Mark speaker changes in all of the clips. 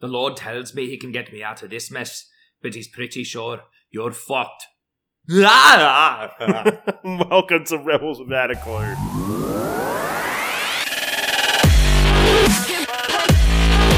Speaker 1: The Lord tells me he can get me out of this mess, but he's pretty sure you're fucked. Ah!
Speaker 2: Welcome to Rebels Without a Clue.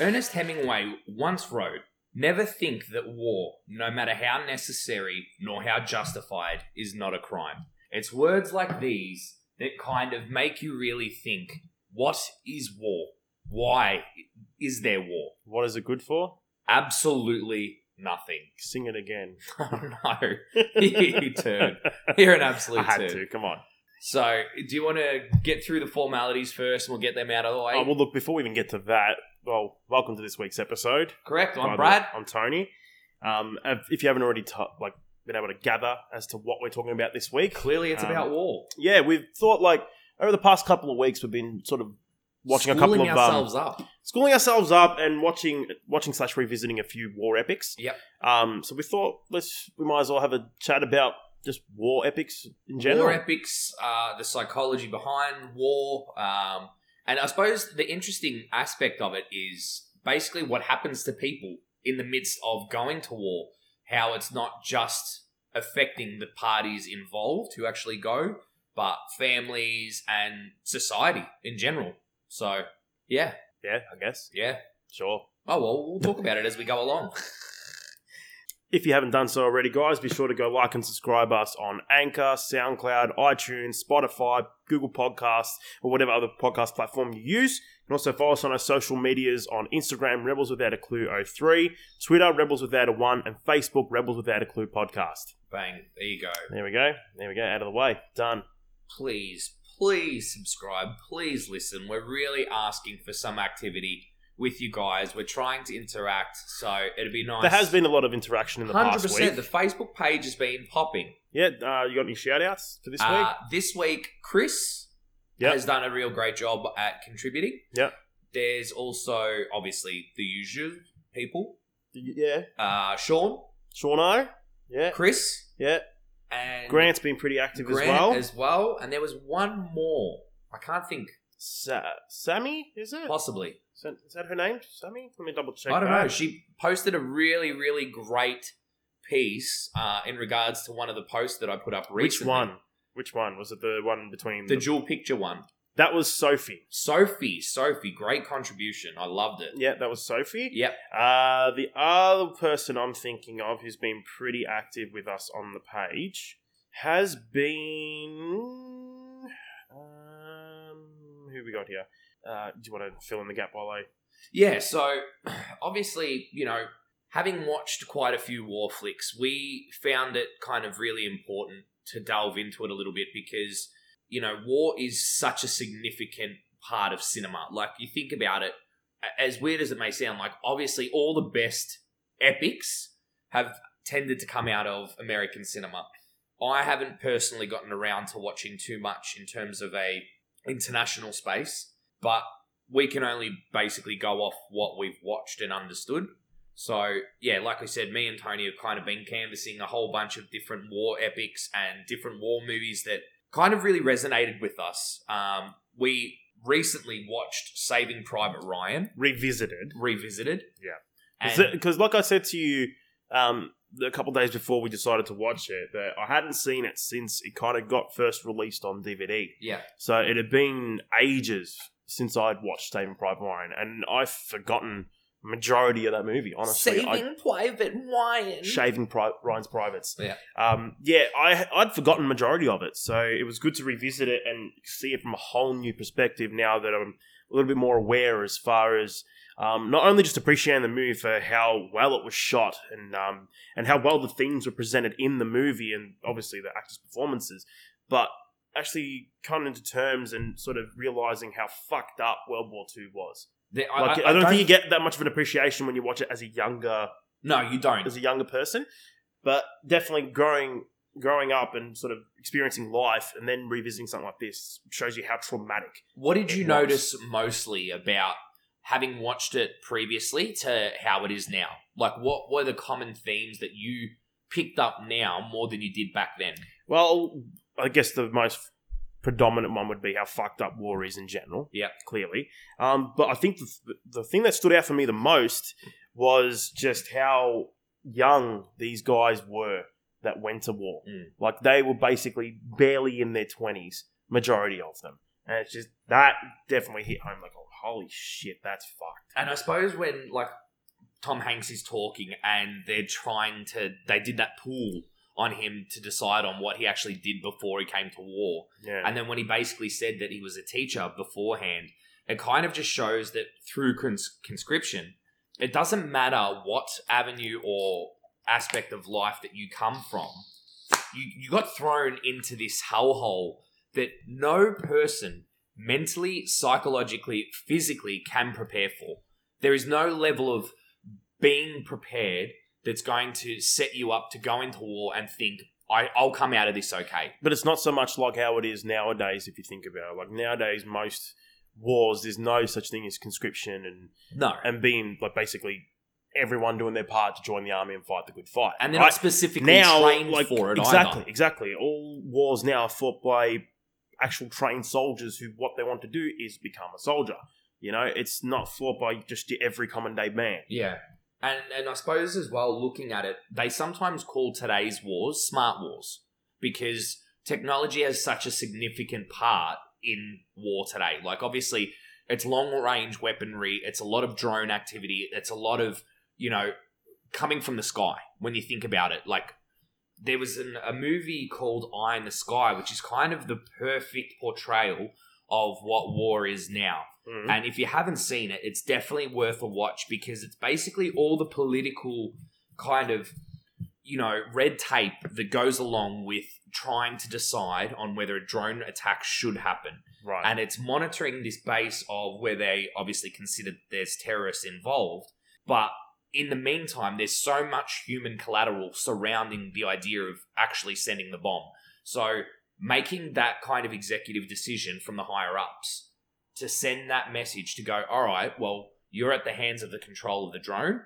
Speaker 1: Ernest Hemingway once wrote, Never think that war, no matter how necessary nor how justified, is not a crime. It's words like these that kind of make you really think what is war? Why is there war?
Speaker 2: What is it good for?
Speaker 1: Absolutely nothing.
Speaker 2: Sing it again.
Speaker 1: Oh no, you turd. You're an absolute
Speaker 2: I had
Speaker 1: turd.
Speaker 2: to. Come on.
Speaker 1: So, do you want to get through the formalities first and we'll get them out of the way?
Speaker 2: Oh, well, look, before we even get to that, well, welcome to this week's episode.
Speaker 1: Correct,
Speaker 2: By
Speaker 1: I'm
Speaker 2: the-
Speaker 1: Brad.
Speaker 2: I'm Tony. Um, if- if you haven't already t- like been able to gather as to what we're talking about this week,
Speaker 1: Clearly, it's
Speaker 2: Um,
Speaker 1: about war.
Speaker 2: yeah, we've thought like over the past couple of weeks, we've been sort of watching a couple
Speaker 1: Schooling
Speaker 2: of um,
Speaker 1: ourselves up.
Speaker 2: schooling ourselves up and watching watching slash revisiting a few war epics.
Speaker 1: Yep.
Speaker 2: Um, so we thought let's we might as well have a chat about just war epics in general.
Speaker 1: War epics, uh, the psychology behind war, um, and I suppose the interesting aspect of it is basically what happens to people in the midst of going to war. How it's not just affecting the parties involved who actually go, but families and society in general. So, yeah,
Speaker 2: yeah, I guess.
Speaker 1: yeah.
Speaker 2: Sure.
Speaker 1: Oh well, we'll talk about it as we go along.
Speaker 2: If you haven't done so already, guys, be sure to go like and subscribe us on Anchor, SoundCloud, iTunes, Spotify, Google Podcasts, or whatever other podcast platform you use. You can also follow us on our social medias on Instagram, Rebels Without a Clue 03, Twitter, Rebels Without a 1, and Facebook, Rebels Without a Clue Podcast.
Speaker 1: Bang! There you go.
Speaker 2: There we go. There we go. Out of the way. Done.
Speaker 1: please, please subscribe. Please listen. We're really asking for some activity with you guys. We're trying to interact, so it'd be nice.
Speaker 2: There has been a lot of interaction in the past week.
Speaker 1: The Facebook page has been popping.
Speaker 2: yeah, uh, you got any shout outs for this
Speaker 1: Uh,
Speaker 2: week?
Speaker 1: this week, Chris
Speaker 2: Yep.
Speaker 1: has done a real great job at contributing.
Speaker 2: Yep.
Speaker 1: There's also obviously the usual people:
Speaker 2: Yeah.
Speaker 1: uh, Sean,
Speaker 2: Shauno? Yeah.
Speaker 1: Chris,
Speaker 2: Yeah.
Speaker 1: and
Speaker 2: Grant's been pretty active
Speaker 1: Grant
Speaker 2: as well.
Speaker 1: as well. And there was one more. I can't think.
Speaker 2: Sa- Sammy, is it?
Speaker 1: Possibly.
Speaker 2: Is that- is that her name? Sammy? Let me double check.
Speaker 1: I don't
Speaker 2: that.
Speaker 1: know. She posted a really, really great piece uh, in regards to one of the posts that I put up
Speaker 2: Which
Speaker 1: recently.
Speaker 2: one? Which one? Was it the one between
Speaker 1: The
Speaker 2: the-
Speaker 1: dual picture one.
Speaker 2: That was Sophie.
Speaker 1: Sophie, Sophie, great contribution. I loved it.
Speaker 2: Yeah, that was Sophie.
Speaker 1: Yep.
Speaker 2: Uh, the other person I'm thinking of who's been pretty active with us on the page has been. Um, who we got here? Uh, do you want to fill in the gap while I.
Speaker 1: Yeah, so obviously, you know, having watched quite a few war flicks, we found it kind of really important to delve into it a little bit because, you know, war is such a significant part of cinema. Like, you think about it, a- as weird as it may sound, like, obviously, all the best epics have tended to come out of American cinema. I haven't personally gotten around to watching too much in terms of a international space, but we can only basically go off what we've watched and understood. So, yeah, like I said, me and Tony have kind of been canvassing a whole bunch of different war epics and different war movies that kind of really resonated with us. Um, we recently watched Saving Private Ryan,
Speaker 2: Revisited.
Speaker 1: revisited.
Speaker 2: Yeah.
Speaker 1: And
Speaker 2: Because, like I said to you um, a couple days before we decided to watch it, that I hadn't seen it since it kind of got first released on DVD.
Speaker 1: yeah,
Speaker 2: So it had been ages since I'd watched Saving Private Ryan, and I've forgotten majority of that movie. Honestly, I,
Speaker 1: Private Ryan.
Speaker 2: shaving pri- Ryan's privates.
Speaker 1: Yeah.
Speaker 2: um, yeah, I I'd forgotten majority of it, so it was good to revisit it and see it from a whole new perspective. Now that I'm a little bit more aware as far as. Um, not only just appreciating the movie for how well it was shot and um, and how well the themes were presented in the movie and obviously the actors' performances, but actually coming into terms and sort of realizing how fucked up World War II was.
Speaker 1: The- I,
Speaker 2: Like, I, don't think you get that much of an appreciation when you watch it as a younger
Speaker 1: No, you don't.
Speaker 2: as a younger person, but definitely growing growing up and sort of experiencing life and then revisiting something like this shows you how traumatic.
Speaker 1: What did
Speaker 2: It
Speaker 1: you
Speaker 2: was.
Speaker 1: notice mostly about having watched it previously to how it is now? Like, what were the common themes that you picked up now more than you did back then?
Speaker 2: Well, I guess the most predominant one would be how fucked up war is in general.
Speaker 1: Yeah.
Speaker 2: clearly. Um, but I think the, the thing that stood out for me the most was just how young these guys were that went to war.
Speaker 1: Mm.
Speaker 2: Like they were basically barely in their twenties, majority of them, and it's just that definitely hit home. Like, oh, holy shit, that's fucked.
Speaker 1: And I suppose when like Tom Hanks is talking and they're trying to, they did that pool on him to decide on what he actually did before he came to war.
Speaker 2: Yeah,
Speaker 1: And then when he basically said that he was a teacher beforehand, it kind of just shows that through cons- conscription, it doesn't matter what avenue or aspect of life that you come from, you, you got thrown into this hellhole that no person mentally, psychologically, physically can prepare for. There is no level of being prepared that's going to set you up to go into war and think, I, I'll come out of this okay.
Speaker 2: but it's not so much like how it is nowadays. If you think about it, like nowadays, most wars there's no such thing as conscription and
Speaker 1: No.
Speaker 2: and being like basically everyone doing their part to join the army and fight the good fight.
Speaker 1: and they're
Speaker 2: right?
Speaker 1: not specifically
Speaker 2: now
Speaker 1: trained
Speaker 2: like,
Speaker 1: for it
Speaker 2: exactly,
Speaker 1: either.
Speaker 2: exactly. All wars now are fought by actual trained soldiers who what they want to do is become a soldier. You know, it's not fought by just your every common day man.
Speaker 1: Yeah, and and I suppose as well, looking at it, they sometimes call today's wars smart wars because technology has such a significant part in war today. Like obviously, it's long range weaponry, it's a lot of drone activity, it's a lot of you know coming from the sky when you think about it. Like there was an, a movie called Eye in the Sky, which is kind of the perfect portrayal of what war is now.
Speaker 2: Mm.
Speaker 1: And if you haven't seen it, it's definitely worth a watch because it's basically all the political kind of, you know, red tape that goes along with trying to decide on whether a drone attack should happen.
Speaker 2: right.
Speaker 1: And it's monitoring this base of where they obviously consider there's terrorists involved. But in the meantime, there's so much human collateral surrounding the idea of actually sending the bomb. So making that kind of executive decision from the higher ups to send that message to go, all right, well, you're at the hands of the control of the drone,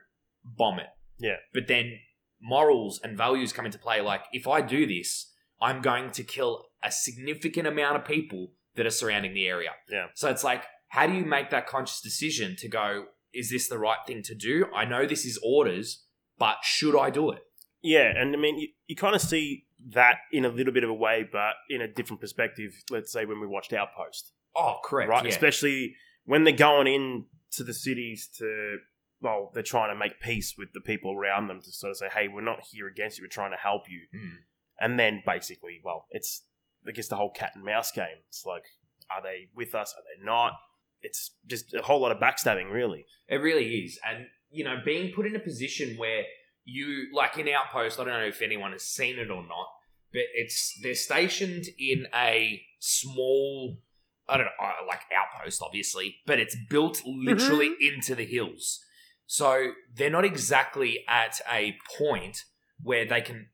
Speaker 1: bomb it.
Speaker 2: Yeah.
Speaker 1: But then morals and values come into play. Like, if I do this, I'm going to kill a significant amount of people that are surrounding the area.
Speaker 2: Yeah.
Speaker 1: So it's like, how do you make that conscious decision to go, is this the right thing to do? I know this is orders, but should I do it?
Speaker 2: Yeah, and I mean, you, you kind of see that in a little bit of a way, but in a different perspective. Let's say when we watched Outpost,
Speaker 1: Oh, correct.
Speaker 2: right?
Speaker 1: yeah.
Speaker 2: Especially when they're going in to the cities to, well, they're trying to make peace with the people around them to sort of say, hey, we're not here against you, we're trying to help you.
Speaker 1: Mm.
Speaker 2: And then basically, well, it's I guess the whole cat and mouse game. It's like, are they with us? Are they not? It's just a whole lot of backstabbing, really.
Speaker 1: It really is. And, you know, being put in a position where you, like in Outpost, I don't know if anyone has seen it or not, but it's, they're stationed in a small, I don't know, uh, like Outpost, obviously, but it's built literally into the hills. So they're not exactly at a point where they can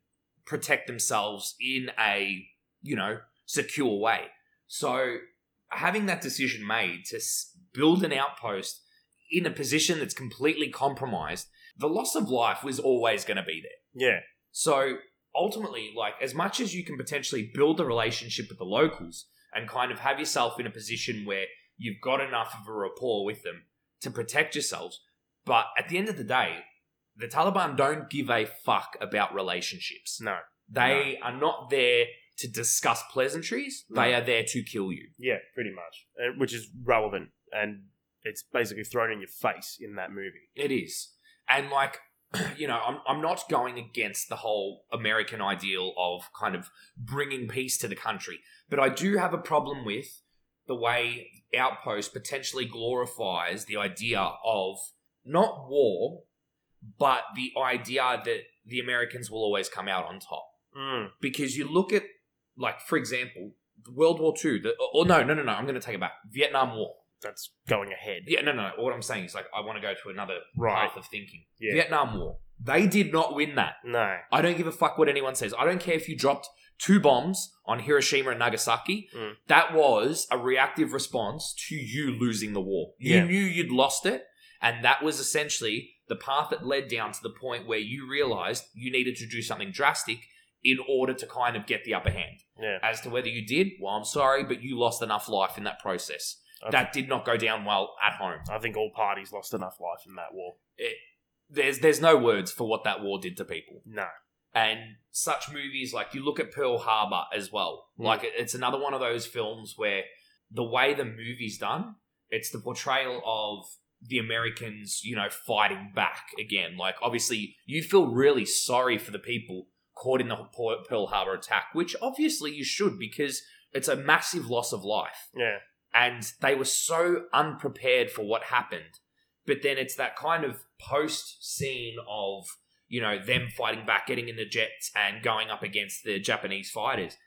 Speaker 1: protect themselves in a, you know, secure way. So having that decision made to s- build an outpost in a position that's completely compromised, the loss of life was always going to be there.
Speaker 2: Yeah,
Speaker 1: So ultimately, like as much as you can potentially build a relationship with the locals and kind of have yourself in a position where you've got enough of a rapport with them to protect yourselves, but at the end of the day, the Taliban don't give a fuck about relationships.
Speaker 2: no,
Speaker 1: They are not there to discuss pleasantries. They
Speaker 2: No.
Speaker 1: are there to kill you.
Speaker 2: yeah, pretty much, Uh, which is relevant, and it's basically thrown in your face in that movie.
Speaker 1: It is. And like, you know, I'm, I'm not going against the whole American ideal of kind of bringing peace to the country, but I do have a problem with the way Outpost potentially glorifies the idea of not war, but the idea that the Americans will always come out on top
Speaker 2: Mm.
Speaker 1: because you look at like for example World War Two, the, or no, no, no, no. I'm going to take it back. Vietnam War.
Speaker 2: That's going ahead,
Speaker 1: Yeah, no, no. no. What I'm saying is like I want to go to another
Speaker 2: right?
Speaker 1: path of thinking.
Speaker 2: Yeah,
Speaker 1: Vietnam War. They did not win that.
Speaker 2: No.
Speaker 1: I don't give a fuck what anyone says. I don't care if you dropped two bombs on Hiroshima and Nagasaki.
Speaker 2: Mm.
Speaker 1: That was a reactive response to you losing the war. You
Speaker 2: Yeah.
Speaker 1: knew you'd lost it, and that was essentially the path that led down to the point where you realized you needed to do something drastic in order to kind of get the upper hand.
Speaker 2: Yeah.
Speaker 1: As to whether you did, well, I'm sorry, but you lost enough life in that process.
Speaker 2: I
Speaker 1: That did not go down well at home.
Speaker 2: I think all parties lost enough life in that war.
Speaker 1: There's there's no words for what that war did to people.
Speaker 2: No.
Speaker 1: and such movies like you look at Pearl Harbor as well.
Speaker 2: Mm.
Speaker 1: Like it- it's another one of those films where the way the movie's done, it's the portrayal of the Americans, you know, fighting back again. Like obviously, you feel really sorry for the people caught in the Por- Pearl Harbor attack, which obviously you should because it's a massive loss of life
Speaker 2: Yeah.
Speaker 1: and they were so unprepared for what happened. But then it's that kind of post scene of you know them fighting back, getting in the jets, and going up against the Japanese fighters,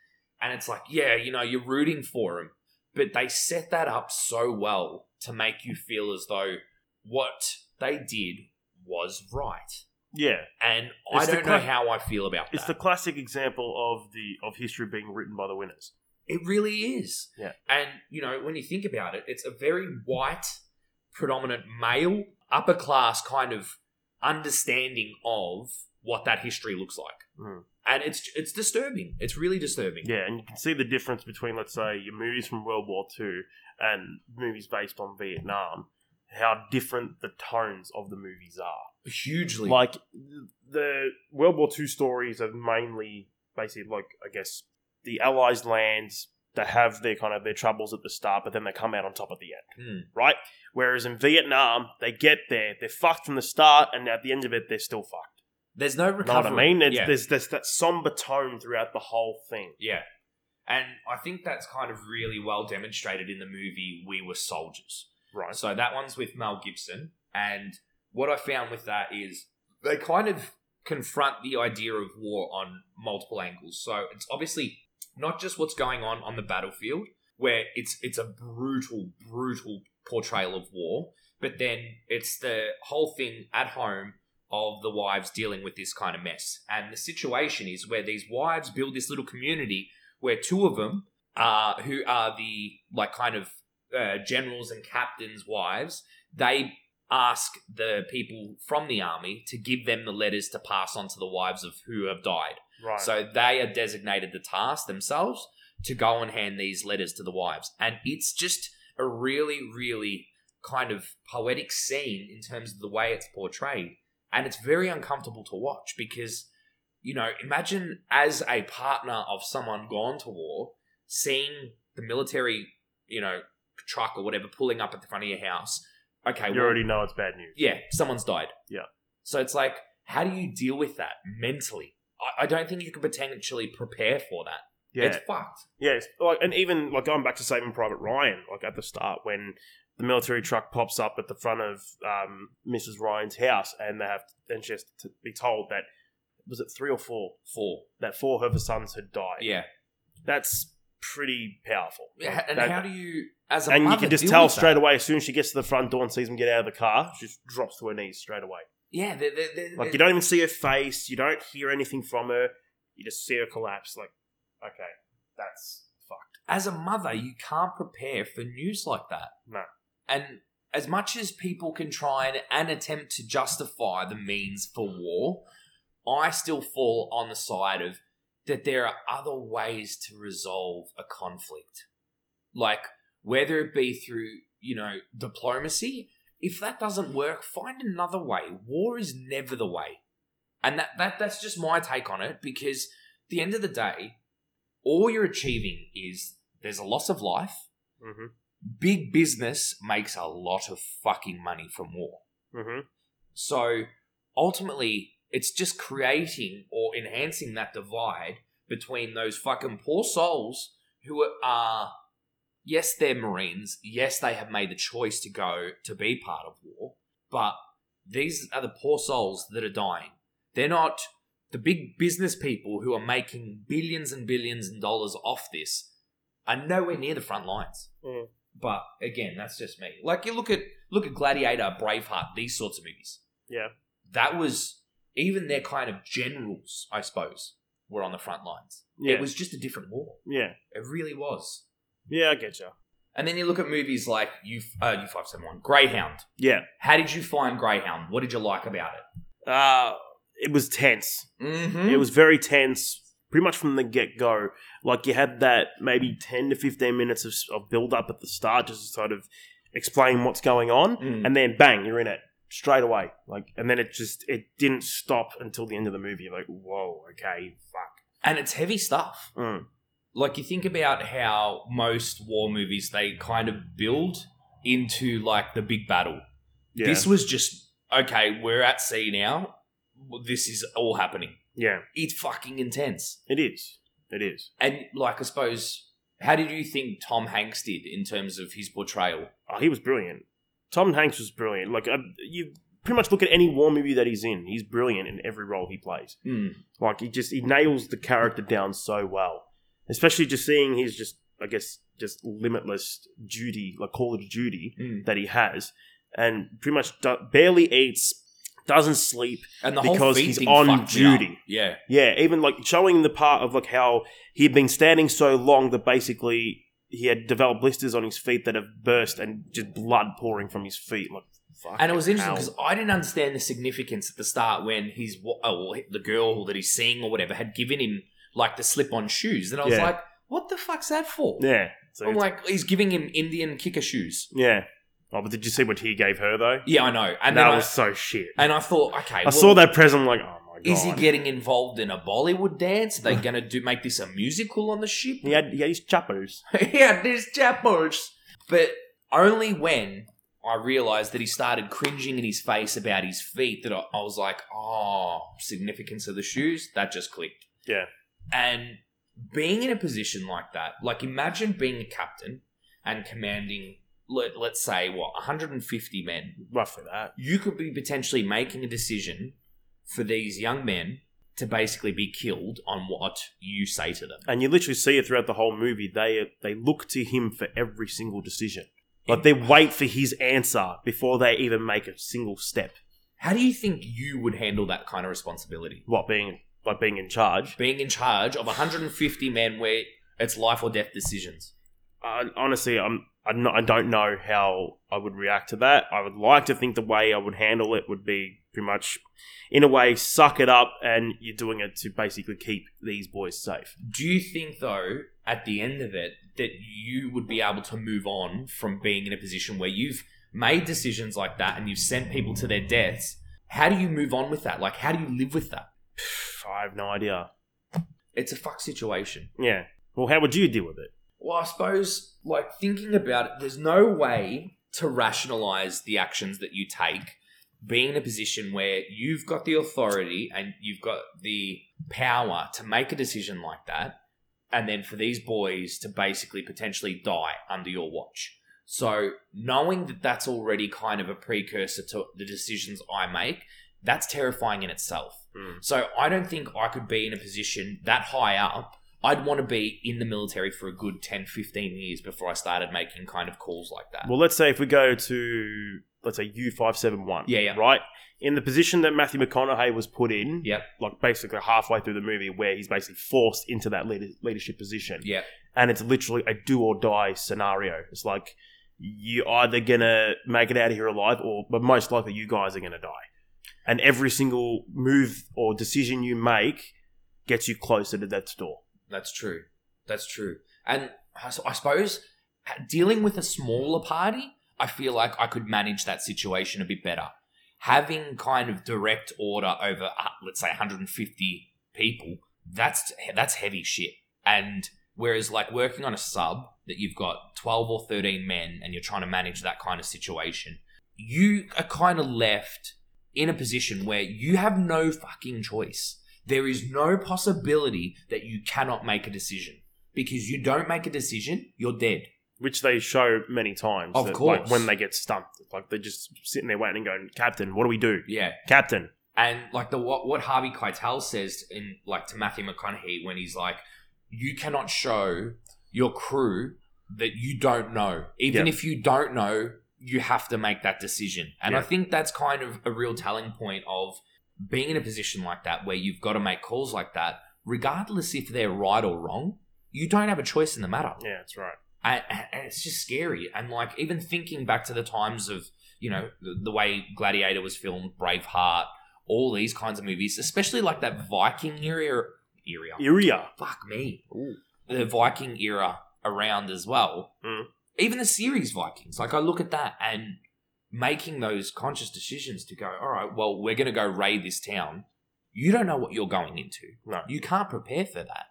Speaker 1: and it's like, yeah, you know, you're rooting for them, but they set that up so well to make you feel as though what they did was right,
Speaker 2: Yeah.
Speaker 1: and
Speaker 2: It's
Speaker 1: I
Speaker 2: the
Speaker 1: don't know
Speaker 2: cla-
Speaker 1: how I feel about
Speaker 2: It's the
Speaker 1: that.
Speaker 2: classic example of the of history being written by the winners.
Speaker 1: it really is,
Speaker 2: Yeah.
Speaker 1: And you know, when you think about it, it's a very white, predominant male, upper class kind of understanding of what that history looks like.
Speaker 2: Mm.
Speaker 1: And it's it's disturbing. It's really disturbing.
Speaker 2: Yeah, and you can see the difference between, let's say, your movies from World War Two and movies based on Vietnam. How different the tones of the movies are.
Speaker 1: Hugely.
Speaker 2: Like the World War Two stories are mainly basically like I guess the Allies' lands. They have their kind of their troubles at the start, but then they come out on top at the end,
Speaker 1: Mm.
Speaker 2: right? Whereas in Vietnam, they get there, they're fucked from the start, and at the end of it, they're still fucked.
Speaker 1: there's no recovery.
Speaker 2: Know what I mean? It's,
Speaker 1: yeah.
Speaker 2: There's there's that somber tone throughout the whole thing.
Speaker 1: yeah. And I think that's kind of really well demonstrated in the movie We Were Soldiers.
Speaker 2: Right.
Speaker 1: So that one's with Mel Gibson. And what I found with that is they kind of confront the idea of war on multiple angles. So it's obviously not just what's going on on the battlefield, where it's it's a brutal, brutal portrayal of war, but then it's the whole thing at home of the wives dealing with this kind of mess. And the situation is where these wives build this little community where two of them uh, who are the like kind of uh, generals and captains' wives, they ask the people from the army to give them the letters to pass on to the wives of who have died.
Speaker 2: Right.
Speaker 1: So they are designated the task themselves to go and hand these letters to the wives. And it's just a really, really kind of poetic scene in terms of the way it's portrayed. And it's very uncomfortable to watch because, you know, imagine as a partner of someone gone to war, seeing the military, you know, truck or whatever pulling up at the front of your house. Okay,
Speaker 2: you
Speaker 1: well,
Speaker 2: already know it's bad news.
Speaker 1: yeah, someone's died.
Speaker 2: Yeah.
Speaker 1: So it's like, how do you deal with that mentally? I, I don't think you can potentially prepare for that.
Speaker 2: Yeah.
Speaker 1: It's fucked.
Speaker 2: Yes, like and even like going back to Saving Private Ryan, like at the start when the military truck pops up at the front of um, Mrs. Ryan's house, and they have and she has to be told that was it three or four
Speaker 1: For
Speaker 2: that four of her sons had died.
Speaker 1: yeah,
Speaker 2: that's pretty powerful.
Speaker 1: Yeah, and
Speaker 2: That-
Speaker 1: how do you as a
Speaker 2: and you
Speaker 1: mother
Speaker 2: can just
Speaker 1: deal
Speaker 2: tell
Speaker 1: with that?
Speaker 2: straight away as soon as she gets to the front door and sees them get out of the car, she just drops to her knees straight away.
Speaker 1: Yeah, they're, they're, they're,
Speaker 2: Like you don't even see her face, you don't hear anything from her, you just see her collapse. Like, okay, that's fucked.
Speaker 1: as a mother, you can't prepare for news like that.
Speaker 2: No.
Speaker 1: And as much as people can try and, and attempt to justify the means for war, I still fall on the side of that there are other ways to resolve a conflict. Like, whether it be through, you know, diplomacy, if that doesn't work, find another way. War is never the way. And that, that that's just my take on it because at the end of the day, all you're achieving is there's a loss of life.
Speaker 2: Mm-hmm.
Speaker 1: Big business makes a lot of fucking money from war.
Speaker 2: Mm-hmm.
Speaker 1: So ultimately, it's just creating or enhancing that divide between those fucking poor souls who are, yes, they're Marines. Yes, they have made the choice to go to be part of war, but these are the poor souls that are dying. They're not the big business people who are making billions and billions and dollars off this are nowhere near the front lines.
Speaker 2: Mm.
Speaker 1: But again, that's just me. Like you look at look at Gladiator, Braveheart, these sorts of movies
Speaker 2: Yeah.
Speaker 1: that was even their kind of generals, I suppose, were on the front lines.
Speaker 2: Yeah.
Speaker 1: It was just a different war.
Speaker 2: yeah.
Speaker 1: It really was.
Speaker 2: Yeah, I get you. and
Speaker 1: And then you look at movies like U uh, U five seven one Greyhound.
Speaker 2: Yeah.
Speaker 1: How did you find Greyhound? What did you like about
Speaker 2: Uh, it was tense.
Speaker 1: it? Mm-hmm.
Speaker 2: It was very tense, pretty much from the get go. Like you had that maybe ten to fifteen minutes of, of build up at the start, just to sort of explain what's going on,
Speaker 1: Mm.
Speaker 2: and then bang, you're in it straight away. Like, and then it just it didn't stop until the end of the movie. Like, whoa, okay, fuck.
Speaker 1: and it's heavy stuff.
Speaker 2: Mm.
Speaker 1: like you think about how most war movies they kind of build into like the big battle.
Speaker 2: Yeah,
Speaker 1: This was just okay, we're at sea now. This is all happening.
Speaker 2: yeah,
Speaker 1: It's fucking intense.
Speaker 2: it is. It is.
Speaker 1: And like I suppose how did you think Tom Hanks did in terms of his portrayal?
Speaker 2: Oh, he was brilliant. Tom Hanks was brilliant. Like I, you pretty much look at any war movie that he's in, he's brilliant in every role he plays.
Speaker 1: Mm.
Speaker 2: Like he just he nails the character down so well. Especially just seeing his just I guess just limitless duty, like Call of Duty
Speaker 1: Mm.
Speaker 2: that he has, and pretty much do- barely eats, doesn't sleep.
Speaker 1: And the whole
Speaker 2: Because
Speaker 1: feet
Speaker 2: he's
Speaker 1: thing
Speaker 2: on
Speaker 1: fucked me up.
Speaker 2: duty.
Speaker 1: Yeah.
Speaker 2: Yeah, even like showing the part of like how he had been standing so long that basically he had developed blisters on his feet that have burst and just blood pouring from his feet. Like, fuck.
Speaker 1: And it was interesting because I didn't understand the significance at the start when his wa- oh, well, the girl that he's seeing or whatever had given him like the slip-on shoes, and I was
Speaker 2: Yeah.
Speaker 1: like, "What the fuck's that for?"
Speaker 2: yeah, so
Speaker 1: I'm
Speaker 2: it's-
Speaker 1: like, he's giving him Indian kicker shoes.
Speaker 2: yeah. Oh, but did you see what he gave her though?
Speaker 1: Yeah, I know. And
Speaker 2: that
Speaker 1: then
Speaker 2: was
Speaker 1: I,
Speaker 2: so shit.
Speaker 1: and I thought, okay,
Speaker 2: I
Speaker 1: well,
Speaker 2: saw that present. I'm like, oh my god.
Speaker 1: Is he getting involved in a Bollywood dance? Are they gonna do make this a musical on the ship?
Speaker 2: He had, he had his chappos.
Speaker 1: yeah, there's chapels. But only when I realized that he started cringing in his face about his feet that I, I was like, oh, significance of the shoes. That just clicked.
Speaker 2: Yeah.
Speaker 1: And being in a position like that, like imagine being a captain and commanding, let, let's say, what, 150 men.
Speaker 2: Roughly that.
Speaker 1: You could be potentially making a decision for these young men to basically be killed on what you say to them.
Speaker 2: And you literally see it throughout the whole movie. They they look to him for every single decision. Like they wait for his answer before they even make a single step.
Speaker 1: How do you think you would handle that kind of responsibility?
Speaker 2: What being like being in charge?
Speaker 1: Being in charge of 150 men where it's life or death decisions.
Speaker 2: I, Uh, honestly, I'm I'm not, I don't know how I would react to that. I would like to think the way I would handle it would be pretty much, in a way, suck it up, and you're doing it to basically keep these boys safe.
Speaker 1: Do you think, though, at the end of it, that you would be able to move on from being in a position where you've made decisions like that and you've sent people to their deaths? How do you move on with that? Like, how do you live with that?
Speaker 2: Pff, I have no idea.
Speaker 1: It's a fuck situation.
Speaker 2: Yeah. Well, how would you deal with it?
Speaker 1: Well, I suppose, like, thinking about it, there's no way to rationalize the actions that you take being in a position where you've got the authority and you've got the power to make a decision like that, and then for these boys to basically potentially die under your watch. So, knowing that that's already kind of a precursor to the decisions I make, that's terrifying in itself.
Speaker 2: Mm.
Speaker 1: So, I don't think I could be in a position that high up. I'd want to be in the military for a good 10, 15 years before I started making kind of calls like that.
Speaker 2: Well, let's say if we go to let's say U five seven one.
Speaker 1: Yeah, yeah.
Speaker 2: Right. In the position that Matthew McConaughey was put in,
Speaker 1: Yep.
Speaker 2: like basically halfway through the movie, where he's basically forced into that leader- leadership position.
Speaker 1: Yeah.
Speaker 2: and it's literally a do or die scenario. It's like you either gonna make it out of here alive, or but most likely you guys are gonna die. And every single move or decision you make gets you closer to that door.
Speaker 1: That's true. That's true. And I s- I suppose dealing with a smaller party, I feel like I could manage that situation a bit better. Having kind of direct order over, uh, let's say, 150 people, that's that's heavy shit. And whereas, like working on a sub that you've got 12 or 13 men, and you're trying to manage that kind of situation, you are kind of left in a position where you have no fucking choice. There is no possibility that you cannot make a decision because you don't make a decision, you're dead.
Speaker 2: Which they show many times.
Speaker 1: Of
Speaker 2: that, Like,
Speaker 1: course.
Speaker 2: when they get stumped, like they're just sitting there waiting and going, Captain, what do we do?
Speaker 1: Yeah,
Speaker 2: Captain.
Speaker 1: and like the what what Harvey Keitel says in like to Matthew McConaughey when he's like, you cannot show your crew that you don't know, even
Speaker 2: Yeah.
Speaker 1: if you don't know, you have to make that decision. And I
Speaker 2: Yeah.
Speaker 1: think that's kind of a real telling point of being in a position like that where you've got to make calls like that, regardless if they're right or wrong, you don't have a choice in the matter.
Speaker 2: Yeah, that's right.
Speaker 1: And, and it's just scary. And like even thinking back to the times of you know the, the way Gladiator was filmed, Braveheart, all these kinds of movies, especially like that Viking era, era,
Speaker 2: Iria.
Speaker 1: fuck me,
Speaker 2: Ooh.
Speaker 1: the Viking era around as well.
Speaker 2: Mm.
Speaker 1: Even the series Vikings, like I look at that and making those conscious decisions to go, all right, well, we're going to go raid this town. You don't know what you're going into.
Speaker 2: No.
Speaker 1: You can't prepare for that.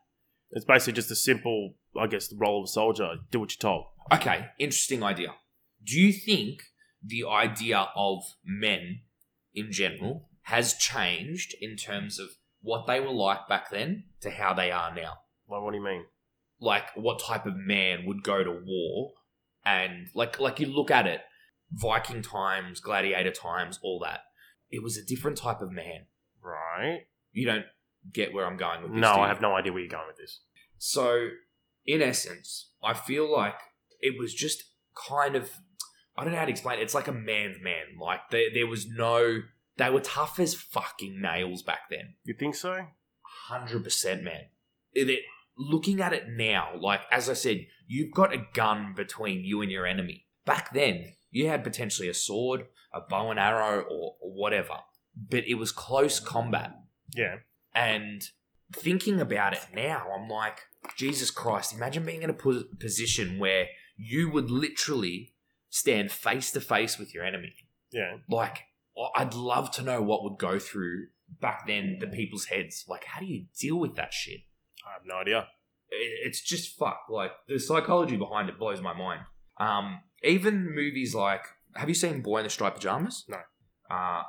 Speaker 2: It's basically just a simple, I guess, the role of a soldier. Do what you're told.
Speaker 1: Okay, interesting idea. Do you think the idea of men in general has changed in terms of what they were like back then to how they are now?
Speaker 2: Like, what do you mean?
Speaker 1: like what type of man would go to war and like like you look at it viking times gladiator times all that it was a different type of man
Speaker 2: Right.
Speaker 1: you don't get where i'm going with this
Speaker 2: No,
Speaker 1: do
Speaker 2: I
Speaker 1: you?
Speaker 2: have no idea where you're going with this.
Speaker 1: so in essence i feel like it was just kind of i don't know how to explain it. it's like a man's man like there, there was no they were tough as fucking nails back then
Speaker 2: You think so?
Speaker 1: hundred percent, man. It, it- looking at it now, like as I said, you've got a gun between you and your enemy. Back then, you had potentially a sword, a bow and arrow, or, or whatever, but it was close combat.
Speaker 2: Yeah.
Speaker 1: And thinking about it now, I'm like, Jesus Christ! Imagine being in a pos- position where you would literally stand face to face with your enemy
Speaker 2: Yeah.
Speaker 1: like I- I'd love to know what would go through back then the people's heads. Like, how do you deal with that shit?
Speaker 2: I have no idea.
Speaker 1: I- It's just fucked. Like the psychology behind it blows my mind. Um, even movies like Have you seen Boy in the Striped Pajamas?
Speaker 2: No.
Speaker 1: Uh,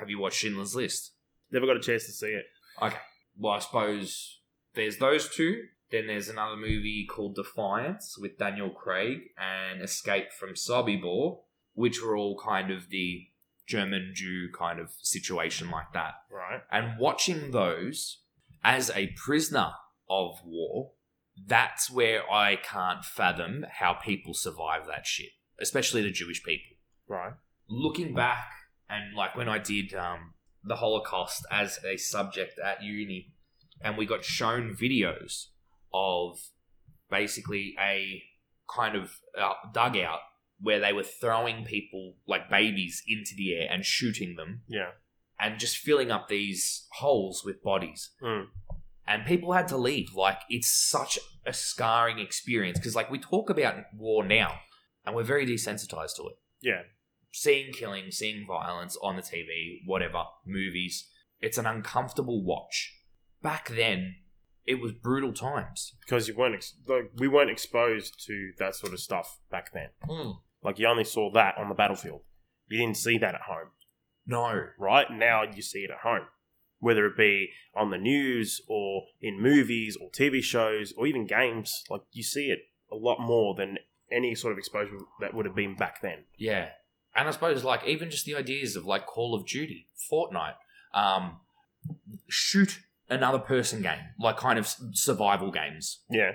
Speaker 1: have you watched Schindler's List?
Speaker 2: Never got a chance to see it.
Speaker 1: Well, I suppose there's those two. Then there's another movie called Defiance with Daniel Craig and Escape from Sobibor, which were all kind of the German Jew kind of situation like that.
Speaker 2: Right.
Speaker 1: and watching those as a prisoner of war, that's where I can't fathom how people survive that shit, especially the Jewish people.
Speaker 2: Right.
Speaker 1: Looking back, and like when I did um, the Holocaust as a subject at uni, and we got shown videos of basically a kind of uh, dugout where they were throwing people like babies into the air and shooting them
Speaker 2: Yeah.
Speaker 1: and just filling up these holes with bodies.
Speaker 2: Mm.
Speaker 1: And people had to leave. Like, it's such a scarring experience because, like, we talk about war now and we're very desensitized to it.
Speaker 2: Yeah.
Speaker 1: Seeing killing, seeing violence on the TV, whatever, movies, it's an uncomfortable watch. Back then, it was brutal times.
Speaker 2: Because you weren't ex- like we weren't exposed to that sort of stuff back then. Like you only saw that on the battlefield. You didn't see that at home.
Speaker 1: No.
Speaker 2: Right now, you see it at home, whether it be on the news or in movies or TV shows or even games. Like you see it a lot more than any sort of exposure that would have been back then.
Speaker 1: Yeah. And I suppose like even just the ideas of like Call of Duty, Fortnite, um, shoot another person game, like kind of s- survival games.
Speaker 2: Yeah.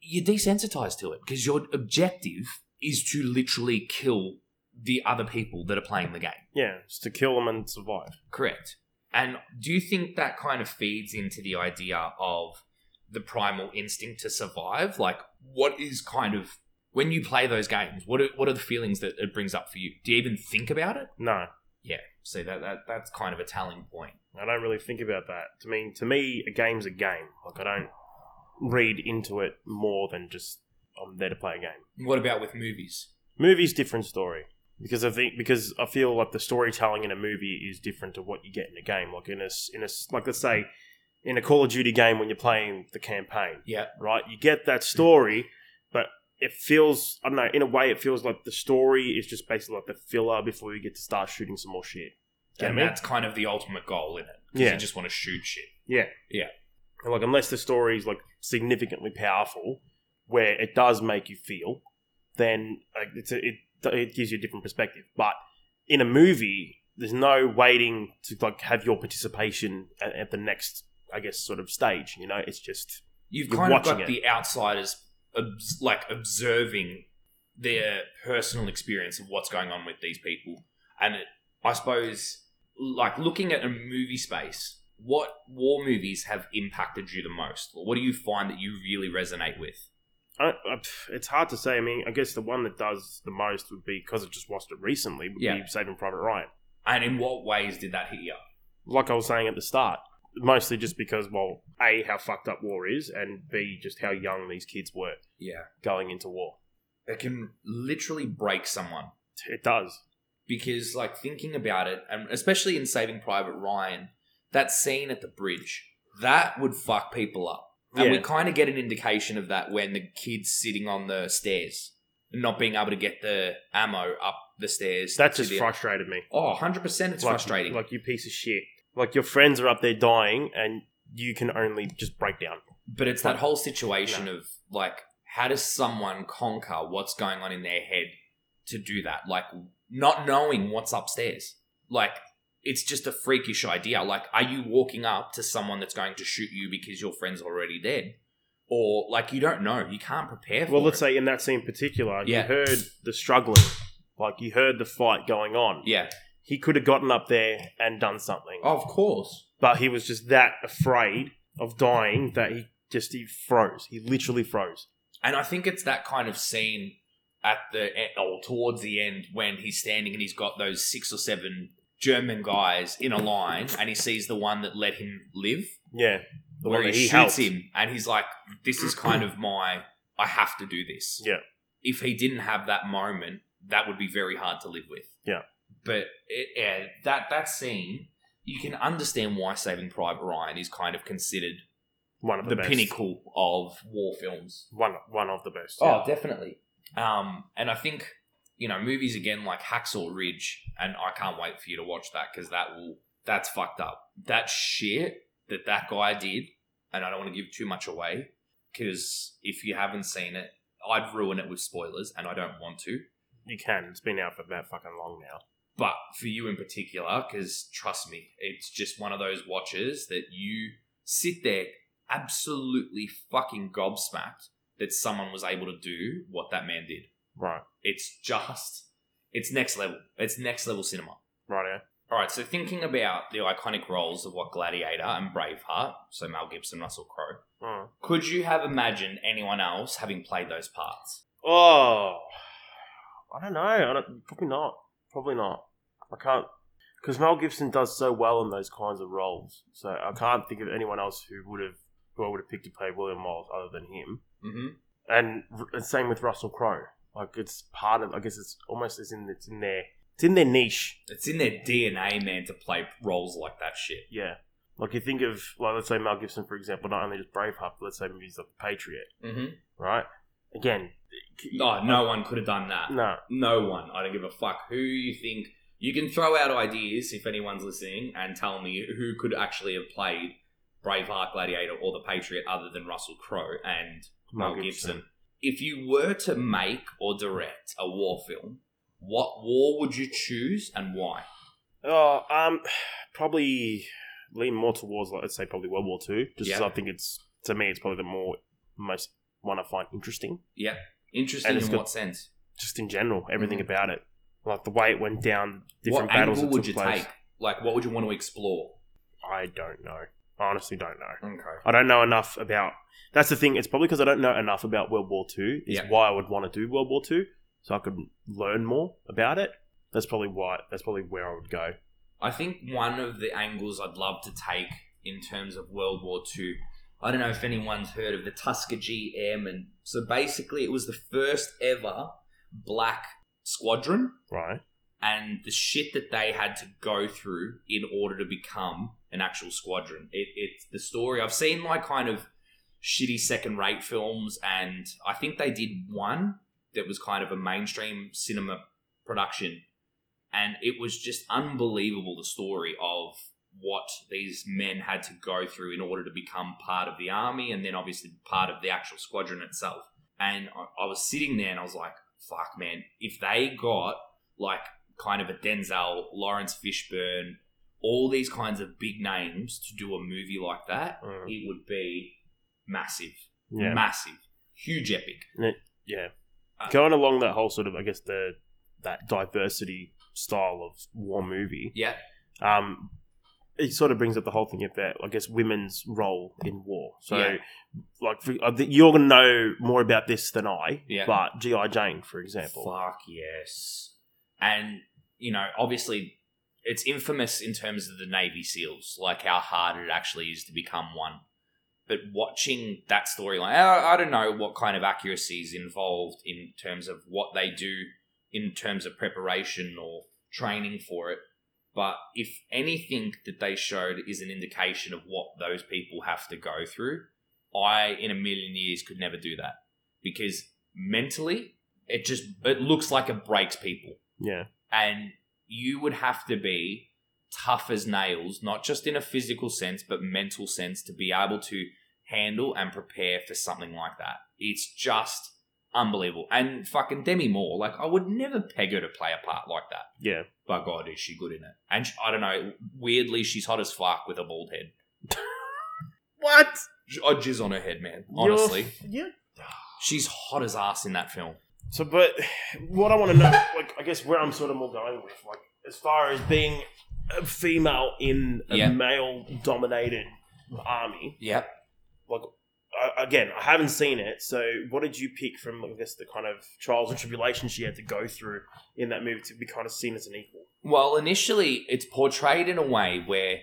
Speaker 1: You're desensitized to it because your objective is to literally kill the other people that are playing the game.
Speaker 2: Yeah, it's to kill them and survive.
Speaker 1: Correct. And do you think that kind of feeds into the idea of the primal instinct to survive? Like, what is kind of when you play those games? What are, what are the feelings that it brings up for you? Do you even think about it?
Speaker 2: No,
Speaker 1: yeah, see that, that that's kind of a telling point.
Speaker 2: I don't really think about that. I mean, to me, a game's a game. Like, I don't read into it more than just I'm there to play a game.
Speaker 1: What about with movies?
Speaker 2: Movies, different story because I think because I feel like the storytelling in a movie is different to what you get in a game. Like in a s- in a s- like let's say in a Call of Duty game when you're playing the campaign,
Speaker 1: Yeah,
Speaker 2: right? You get that story, but it feels I don't know. In a way, it feels like the story is just basically like the filler before you get to start shooting some more shit. Get
Speaker 1: and
Speaker 2: me?
Speaker 1: that's kind of the ultimate goal in it. 'cause
Speaker 2: Yeah.
Speaker 1: you just want to shoot shit.
Speaker 2: And, like unless the story is like significantly powerful, where it does make you feel, then like it's a, it it gives you a different perspective. But in a movie, there's no waiting to like have your participation at, at the next, I guess, sort of stage. You know, it's just
Speaker 1: You've
Speaker 2: You're
Speaker 1: kind of got
Speaker 2: watching it.
Speaker 1: the outsiders obs- like observing their personal experience of what's going on with these people, and it, I suppose like looking at a movie space, what war movies have impacted you the most? Or what do you find that you really resonate with?
Speaker 2: I, I, pff, it's hard to say. I mean, I guess the one that does the most would be because I just watched it recently. Would
Speaker 1: Yeah.
Speaker 2: be Saving Private Ryan.
Speaker 1: And in what ways did that hit you?
Speaker 2: Like I was saying at the start, mostly just because, well, a how fucked up war is, and b just how young these kids were
Speaker 1: Yeah.
Speaker 2: going into war.
Speaker 1: It can literally break someone.
Speaker 2: It does.
Speaker 1: because like thinking about it and especially in saving private ryan that scene at the bridge that would fuck people up and we
Speaker 2: Yeah.
Speaker 1: kind of get an indication of that when the kid's sitting on the stairs and not being able to get the ammo up the stairs
Speaker 2: That
Speaker 1: to
Speaker 2: just
Speaker 1: the-
Speaker 2: frustrated me.
Speaker 1: oh 100% it's
Speaker 2: like,
Speaker 1: frustrating
Speaker 2: Like you piece of shit. Like your friends are up there dying, and you can only just break down.
Speaker 1: but it's that whole situation of like how does someone conquer what's going on in their head to do that like not knowing what's upstairs like it's just a freakish idea like are you walking up to someone that's going to shoot you because your friend's already dead or like you don't know you can't prepare for
Speaker 2: Well, let's
Speaker 1: it.
Speaker 2: say in that scene in particular,
Speaker 1: Yeah.
Speaker 2: you heard the struggling, like you heard the fight going on.
Speaker 1: yeah
Speaker 2: He could have gotten up there and done something,
Speaker 1: of course
Speaker 2: but he was just that afraid of dying that he just he froze. He literally froze.
Speaker 1: And I think it's that kind of scene at the e- or towards the end when he's standing and he's got those six or seven German guys in a line, and he sees the one that let him live,
Speaker 2: Yeah, the
Speaker 1: where
Speaker 2: one
Speaker 1: he,
Speaker 2: that
Speaker 1: shoots
Speaker 2: helped.
Speaker 1: him, and he's like, "This is kind of my, I have to do this."
Speaker 2: Yeah.
Speaker 1: If he didn't have that moment, that would be very hard to live with.
Speaker 2: Yeah.
Speaker 1: But it, yeah, that that scene, you can understand why Saving Private Ryan is kind of considered
Speaker 2: One of the,
Speaker 1: the
Speaker 2: best.
Speaker 1: pinnacle of war films.
Speaker 2: One, one of the best.
Speaker 1: Oh, definitely. Um, and I think you know movies again like Hacksaw Ridge, and I can't wait for you to watch that because that will that's fucked up. That shit that that guy did, and I don't want to give too much away because if you haven't seen it, I'd ruin it with spoilers, and I don't want to.
Speaker 2: you can. It's been out for that fucking long now.
Speaker 1: But for you in particular, because trust me, it's just one of those watches that you sit there absolutely fucking gobsmacked that someone was able to do what that man did.
Speaker 2: Right,
Speaker 1: It's just, it's next level. It's next level cinema.
Speaker 2: right. eh?
Speaker 1: All right, so thinking about the iconic roles of what Gladiator and Braveheart, so Mel Gibson, Russell Crowe,
Speaker 2: Mm.
Speaker 1: could you have imagined anyone else having played those parts?
Speaker 2: Oh, I don't know. I don't, probably not. Probably not. I can't because Mel Gibson does so well in those kinds of roles. So I can't think of anyone else who would have who I would have picked to play William Wallace other than him.
Speaker 1: Mm-hmm.
Speaker 2: And, r- and same with Russell Crowe. Like it's part of. I guess it's almost as in it's in their it's in their niche.
Speaker 1: It's in their DNA, man, to play roles like that shit.
Speaker 2: Yeah. Like you think of like let's say Mel Gibson for example, not only just Braveheart, but let's say movies like The Patriot,
Speaker 1: Mm-hmm.
Speaker 2: right? Again,
Speaker 1: Oh, no one could have done that.
Speaker 2: no,
Speaker 1: No one. I don't give a fuck who you think. You can throw out ideas if anyone's listening and tell me who could actually have played Braveheart, Gladiator, or The Patriot other than Russell Crowe and Mel Gibson. If you were to make or direct a war film, what war would you choose and why?
Speaker 2: Oh, um, probably lean more towards like, let's say probably World War Two, just 'cause
Speaker 1: Yeah.
Speaker 2: I think it's to me it's probably the more most one I find interesting,
Speaker 1: Interesting
Speaker 2: And it's
Speaker 1: in
Speaker 2: got-
Speaker 1: what sense?
Speaker 2: just in general, everything
Speaker 1: Mhm.
Speaker 2: about it, like the way it went down, different
Speaker 1: what
Speaker 2: battles
Speaker 1: angle
Speaker 2: that
Speaker 1: would
Speaker 2: took
Speaker 1: you
Speaker 2: place.
Speaker 1: take? Like, what would you want to explore?
Speaker 2: I don't know. I honestly don't know.
Speaker 1: Okay.
Speaker 2: I don't know enough about. That's the thing. It's probably because I don't know enough about World War Two. Is
Speaker 1: Yeah.
Speaker 2: why I would want to do World War Two, so I could learn more about it. That's probably why. That's probably where I would go.
Speaker 1: I think one of the angles I'd love to take in terms of World War II, I don't know if anyone's heard of the Tuskegee Airmen. So basically, it was the first ever black squadron,
Speaker 2: Right.
Speaker 1: and the shit that they had to go through in order to become an actual squadron. It, it's the story. I've seen like kind of shitty second rate films, and I think they did one that was kind of a mainstream cinema production, and it was just unbelievable the story of what these men had to go through in order to become part of the army and then obviously part of the actual squadron itself. And I, I was sitting there and I was like, fuck, man, if they got like kind of a Denzel, Lawrence Fishburne, all these kinds of big names to do a movie like that,
Speaker 2: Mm.
Speaker 1: it would be massive,
Speaker 2: Yeah.
Speaker 1: massive, huge epic.
Speaker 2: Yeah.
Speaker 1: Uh,
Speaker 2: Going along that whole sort of, I guess, the that diversity style of war movie,
Speaker 1: Yeah.
Speaker 2: um, it sort of brings up the whole thing about, I guess, women's role in war. So,
Speaker 1: Yeah.
Speaker 2: like, for, I think you're going to know more about this than I,
Speaker 1: Yeah.
Speaker 2: but G.I. Jane, for example.
Speaker 1: Fuck yes. And, you know, obviously it's infamous in terms of the Navy SEALs, like how hard it actually is to become one. But watching that storyline, I, I don't know what kind of accuracy is involved in terms of what they do in terms of preparation or training for it. But if anything that they showed is an indication of what those people have to go through, I, in a million years, could never do that because mentally, it just it looks like it breaks people
Speaker 2: Yeah.
Speaker 1: and you would have to be tough as nails not just in a physical sense but mental sense to be able to handle and prepare for something like that it's just unbelievable and fucking demi moore like i would never peg her to play a part like that
Speaker 2: Yeah.
Speaker 1: but god is she good in it and sh i don't know weirdly she's hot as fuck with a bald head
Speaker 2: What?
Speaker 1: i jizz on her head man honestly
Speaker 2: Yeah.
Speaker 1: she's hot as ass in that film
Speaker 2: So, but what I want to know, like, I guess where I'm sort of more going with, like, as far as being a female in a
Speaker 1: Yeah.
Speaker 2: male dominated army,
Speaker 1: yep
Speaker 2: like, I, again, I haven't seen it. So, what did you pick from, I guess, the kind of trials and tribulations she had to go through in that movie to be kind of seen as an equal?
Speaker 1: Well, initially, it's portrayed in a way where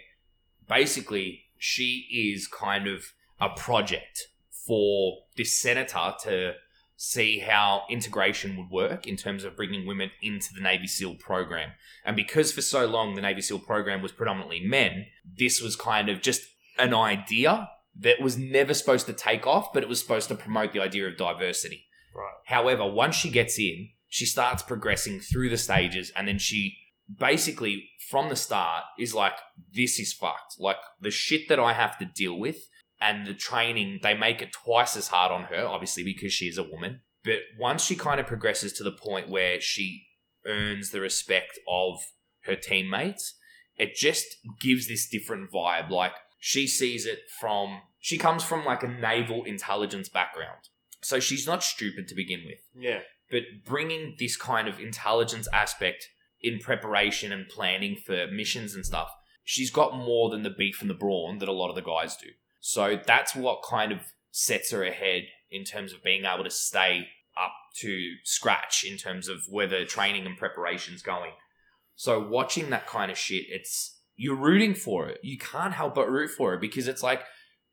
Speaker 1: basically she is kind of a project for this senator to see how integration would work in terms of bringing women into the Navy SEAL program. And because for so long the Navy SEAL program was predominantly men, this was kind of just an idea that was never supposed to take off, but it was supposed to promote the idea of diversity.
Speaker 2: Right.
Speaker 1: However, once she gets in, she starts progressing through the stages, and then she basically, from the start, is like, this is fucked. Like, the shit that I have to deal with and the training, they make it twice as hard on her, obviously, because she is a woman. But once she kind of progresses to the point where she earns the respect of her teammates, it just gives this different vibe. Like, she sees it from, she comes from like a naval intelligence background. So she's not stupid to begin with.
Speaker 2: Yeah.
Speaker 1: But bringing this kind of intelligence aspect in preparation and planning for missions and stuff, she's got more than the beef and the brawn that a lot of the guys do. So that's what kind of sets her ahead in terms of being able to stay up to scratch in terms of where the training and preparation's going. So watching that kind of shit, it's you're rooting for it. You can't help but root for it because it's like,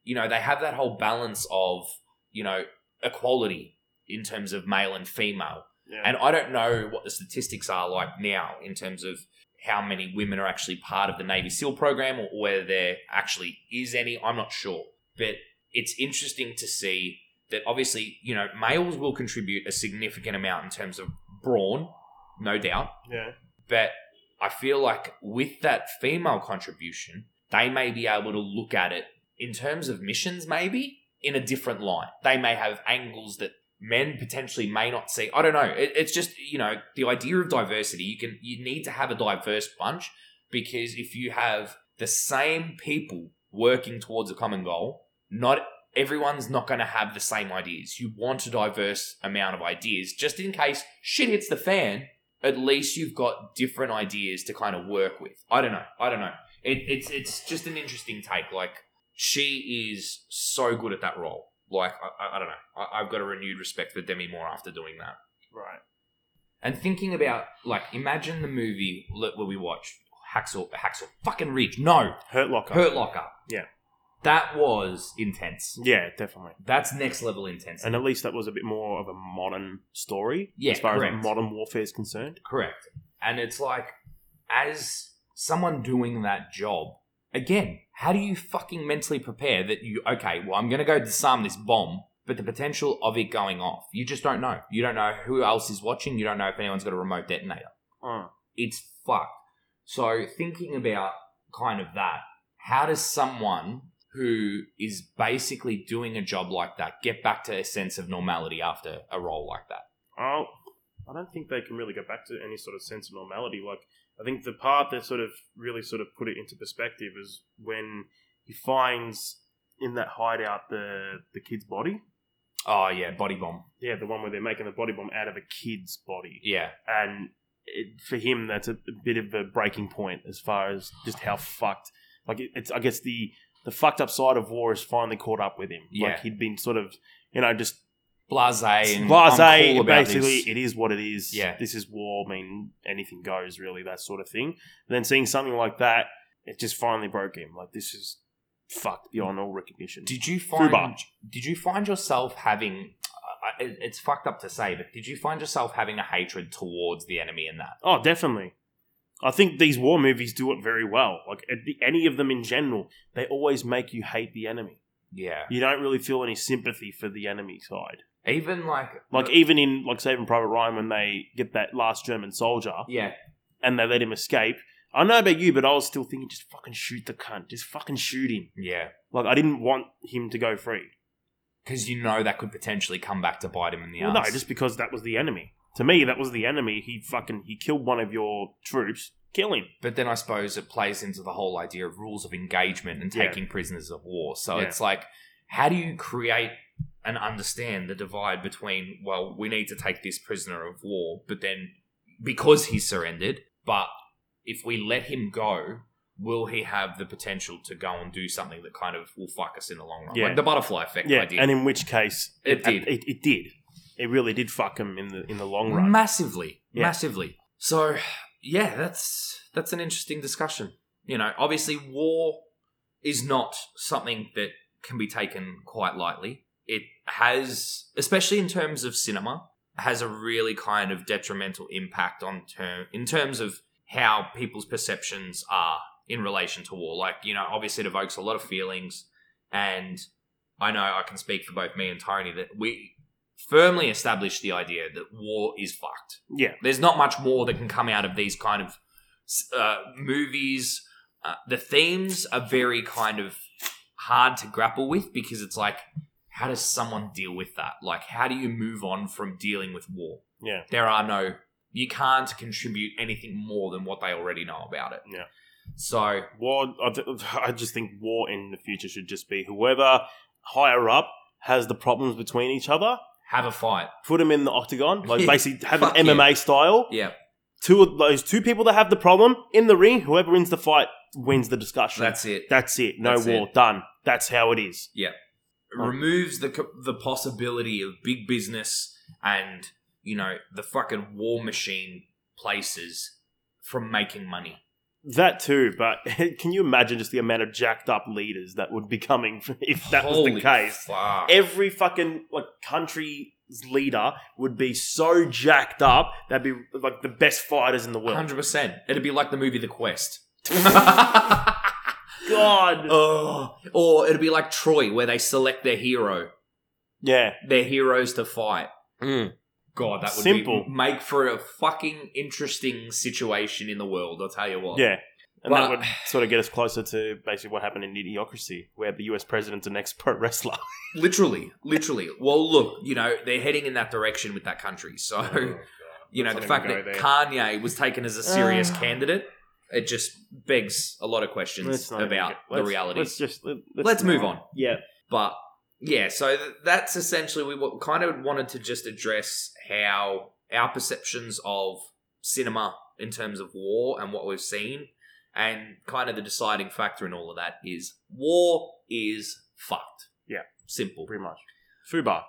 Speaker 1: you know, they have that whole balance of, you know, equality in terms of male and female.
Speaker 2: Yeah.
Speaker 1: And I don't know what the statistics are like now in terms of how many women are actually part of the Navy SEAL program or whether there actually is any. I'm not sure. But it's interesting to see that obviously, you know, males will contribute a significant amount in terms of brawn, no doubt.
Speaker 2: yeah.
Speaker 1: But I feel like with that female contribution, they may be able to look at it in terms of missions, maybe in a different light. They may have angles that men potentially may not see. I don't know. It, it's just you know the idea of diversity. You can you need to have a diverse bunch because if you have the same people working towards a common goal, not everyone's not going to have the same ideas. You want a diverse amount of ideas just in case shit hits the fan at least you've got different ideas to kind of work with. I don't know. I don't know. It, it's it's just an interesting take. Like she is so good at that role. Like I, I, I don't know. I, I've got a renewed respect for Demi Moore after doing that.
Speaker 2: Right.
Speaker 1: And thinking about like imagine the movie that- where we watched Hacksaw Hacksaw fucking Ridge. No,
Speaker 2: Hurt Locker.
Speaker 1: Hurt Locker.
Speaker 2: Yeah.
Speaker 1: that was intense.
Speaker 2: Yeah, definitely.
Speaker 1: That's next level intense.
Speaker 2: And at least that was a bit more of a modern story
Speaker 1: Yeah,
Speaker 2: as far
Speaker 1: correct.
Speaker 2: as modern warfare is concerned.
Speaker 1: Correct. And it's like, as someone doing that job, again, how do you fucking mentally prepare that you, okay, well, I'm going to go disarm this bomb, but the potential of it going off, you just don't know. You don't know who else is watching. You don't know if anyone's got a remote detonator.
Speaker 2: Mm.
Speaker 1: It's fucked. So, thinking about kind of that, how does someone who is basically doing a job like that get back to a sense of normality after a role like that?
Speaker 2: Oh, I don't think they can really go back to any sort of sense of normality. Like, I think the part that sort of really sort of put it into perspective is when he finds in that hideout the the kid's body.
Speaker 1: Oh, yeah, body bomb.
Speaker 2: Yeah, the one where they're making the body bomb out of a kid's body,
Speaker 1: Yeah.
Speaker 2: and it, for him that's a, a bit of a breaking point as far as just how fucked. Like it, it's I guess the the fucked up side of war has finally caught up with him.
Speaker 1: Yeah.
Speaker 2: Like he'd been sort of you know just
Speaker 1: Blase and
Speaker 2: blase.
Speaker 1: I'm cool about
Speaker 2: basically,
Speaker 1: this.
Speaker 2: it is what it is.
Speaker 1: Yeah.
Speaker 2: this is war. I mean, anything goes, really, that sort of thing. And then seeing something like that, it just finally broke him. Like this is fucked beyond all recognition.
Speaker 1: Did you find
Speaker 2: Fubar.
Speaker 1: did you find yourself having I- I- it's fucked up to say, but did you find yourself having a hatred towards the enemy in that?
Speaker 2: Oh, definitely. I think these war movies do it very well. Like at the- any of them in general, they always make you hate the enemy.
Speaker 1: Yeah.
Speaker 2: You don't really feel any sympathy for the enemy side.
Speaker 1: Even like
Speaker 2: Like even in like Saving Private Ryan, when they get that last German soldier
Speaker 1: yeah,
Speaker 2: and they let him escape. I don't know about you, but I was still thinking, just fucking shoot the cunt, just fucking shoot him.
Speaker 1: yeah.
Speaker 2: Like I didn't want him to go free.
Speaker 1: Because you know that could potentially come back to bite him in the
Speaker 2: Well,
Speaker 1: ass.
Speaker 2: no, just because that was the enemy. To me, that was the enemy. He fucking he killed one of your troops. Kill him.
Speaker 1: But then I suppose it plays into the whole idea of rules of engagement and
Speaker 2: Yeah.
Speaker 1: taking prisoners of war. So
Speaker 2: Yeah.
Speaker 1: it's like, how do you create and understand the divide between, well, we need to take this prisoner of war, but then because he surrendered, but if we let him go, will he have the potential to go and do something that kind of will fuck us in the long run?
Speaker 2: Yeah.
Speaker 1: Like the butterfly effect
Speaker 2: Yeah,
Speaker 1: idea.
Speaker 2: and in which case
Speaker 1: It did.
Speaker 2: It, it did. It really did fuck him in the in the long run.
Speaker 1: massively
Speaker 2: Yeah.
Speaker 1: massively so yeah that's that's an interesting discussion you know obviously war is not something that can be taken quite lightly it has especially in terms of cinema has a really kind of detrimental impact on term in terms of how people's perceptions are in relation to war like you know obviously it evokes a lot of feelings and i know i can speak for both me and tony that we firmly established the idea that war is fucked.
Speaker 2: yeah,
Speaker 1: There's not much more that can come out of these kind of uh, movies. Uh, the themes are very kind of hard to grapple with because it's like, how does someone deal with that? Like, how do you move on from dealing with war?
Speaker 2: yeah,
Speaker 1: There are no, you can't contribute anything more than what they already know about it.
Speaker 2: Yeah.
Speaker 1: So,
Speaker 2: war. I, th- I just think war in the future should just be whoever higher up has the problems between each other.
Speaker 1: have a fight.
Speaker 2: Put them in the octagon, like
Speaker 1: Yeah.
Speaker 2: basically have an
Speaker 1: Fuck yeah.
Speaker 2: MMA style.
Speaker 1: Yeah,
Speaker 2: Two of those two people that have the problem in the ring, whoever wins the fight wins the discussion.
Speaker 1: that's it.
Speaker 2: That's it. No
Speaker 1: That's
Speaker 2: war. Done. That's how it is.
Speaker 1: removes the co- the possibility of big business and you know the fucking war machine places from making money.
Speaker 2: That too, but can you imagine just the amount of jacked up leaders that would be coming if that was the
Speaker 1: Holy
Speaker 2: case?
Speaker 1: fuck.
Speaker 2: every fucking like country's leader would be so jacked up they'd be like the best fighters in the world.
Speaker 1: Hundred percent. It'd be like the movie The Quest.
Speaker 2: God.
Speaker 1: oh, or it'd be like Troy, where they select their hero,
Speaker 2: Yeah.
Speaker 1: their heroes to fight. Mm. God, that would
Speaker 2: Simple.
Speaker 1: be make for a fucking interesting situation in the world. I'll tell you what.
Speaker 2: Yeah. And that
Speaker 1: But-
Speaker 2: would sort of get us closer to basically what happened in Idiocracy, where the US president's an ex pro wrestler.
Speaker 1: Literally, literally. Well, look, you know, they're heading in that direction with that country. So,
Speaker 2: Mm.
Speaker 1: you know, the
Speaker 2: Let's not
Speaker 1: fact
Speaker 2: even
Speaker 1: that
Speaker 2: go there.
Speaker 1: Kanye was taken as a serious
Speaker 2: Ah.
Speaker 1: candidate, it just begs a lot of questions
Speaker 2: Let's not even
Speaker 1: about
Speaker 2: get-
Speaker 1: the
Speaker 2: let's-
Speaker 1: reality.
Speaker 2: Let's
Speaker 1: Let's,
Speaker 2: just let,
Speaker 1: move on.
Speaker 2: Yeah.
Speaker 1: But yeah, so th- that's essentially we wa- kind of wanted to just address how our perceptions of cinema in terms of war and what we've seen, and kind of the deciding factor in all of that is war is fucked.
Speaker 2: Yeah.
Speaker 1: simple.
Speaker 2: Pretty much. Fubar.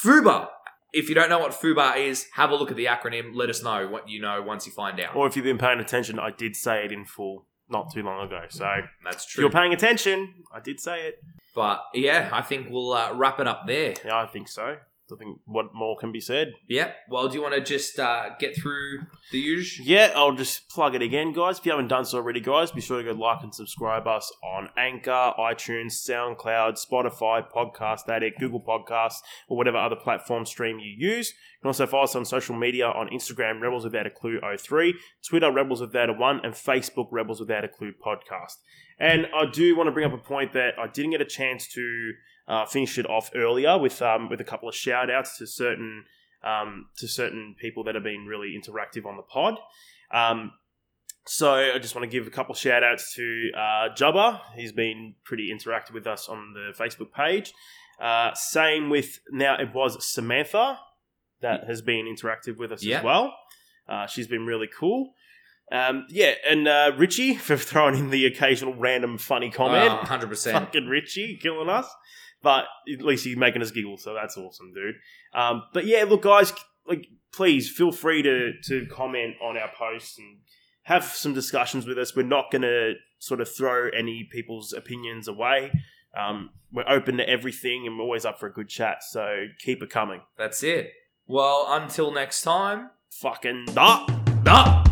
Speaker 1: FUBA. If you don't know what FUBA is, have a look at the acronym. Let us know what you know once you find out.
Speaker 2: Or if you've been paying attention, I did say it in full not too long ago. So
Speaker 1: That's
Speaker 2: if
Speaker 1: true.
Speaker 2: you're paying attention, I did say it.
Speaker 1: but yeah, I think we'll uh, wrap it up there.
Speaker 2: Yeah, I think so. I think what more can be said?
Speaker 1: Yeah. Well, do you want to just uh, get through the usual?
Speaker 2: Yeah, I'll just plug it again, guys. If you haven't done so already, guys, be sure to go like and subscribe us on Anchor, iTunes, SoundCloud, Spotify, Podcast Addict, Google Podcasts, or whatever other platform stream you use. You can also follow us on social media on Instagram, Rebels Without a Clue 03, Twitter, Rebels Without a One, and Facebook, Rebels Without a Clue Podcast. And I do want to bring up a point that I didn't get a chance to uh, finish it off earlier with um, with a couple of shout outs to certain um, to certain people that have been really interactive on the pod. Um, so I just want to give a couple shout outs to uh, Jubba. He's been pretty interactive with us on the Facebook page. Uh, same with now it was Samantha that has been interactive with us
Speaker 1: Yeah.
Speaker 2: as well. Uh, she's been really cool. Um, yeah, and uh, Richie for throwing in the occasional random funny comment.
Speaker 1: Uh, hundred percent.
Speaker 2: Fucking Richie killing us. But at least he's making us giggle, so that's awesome, dude. Um, but yeah, look, guys, like please feel free to to comment on our posts and have some discussions with us. We're not going to sort of throw any people's opinions away. Um, we're open to everything, and we're always up for a good chat. So keep it coming.
Speaker 1: That's it. Well, until next time.
Speaker 2: Fucking da da.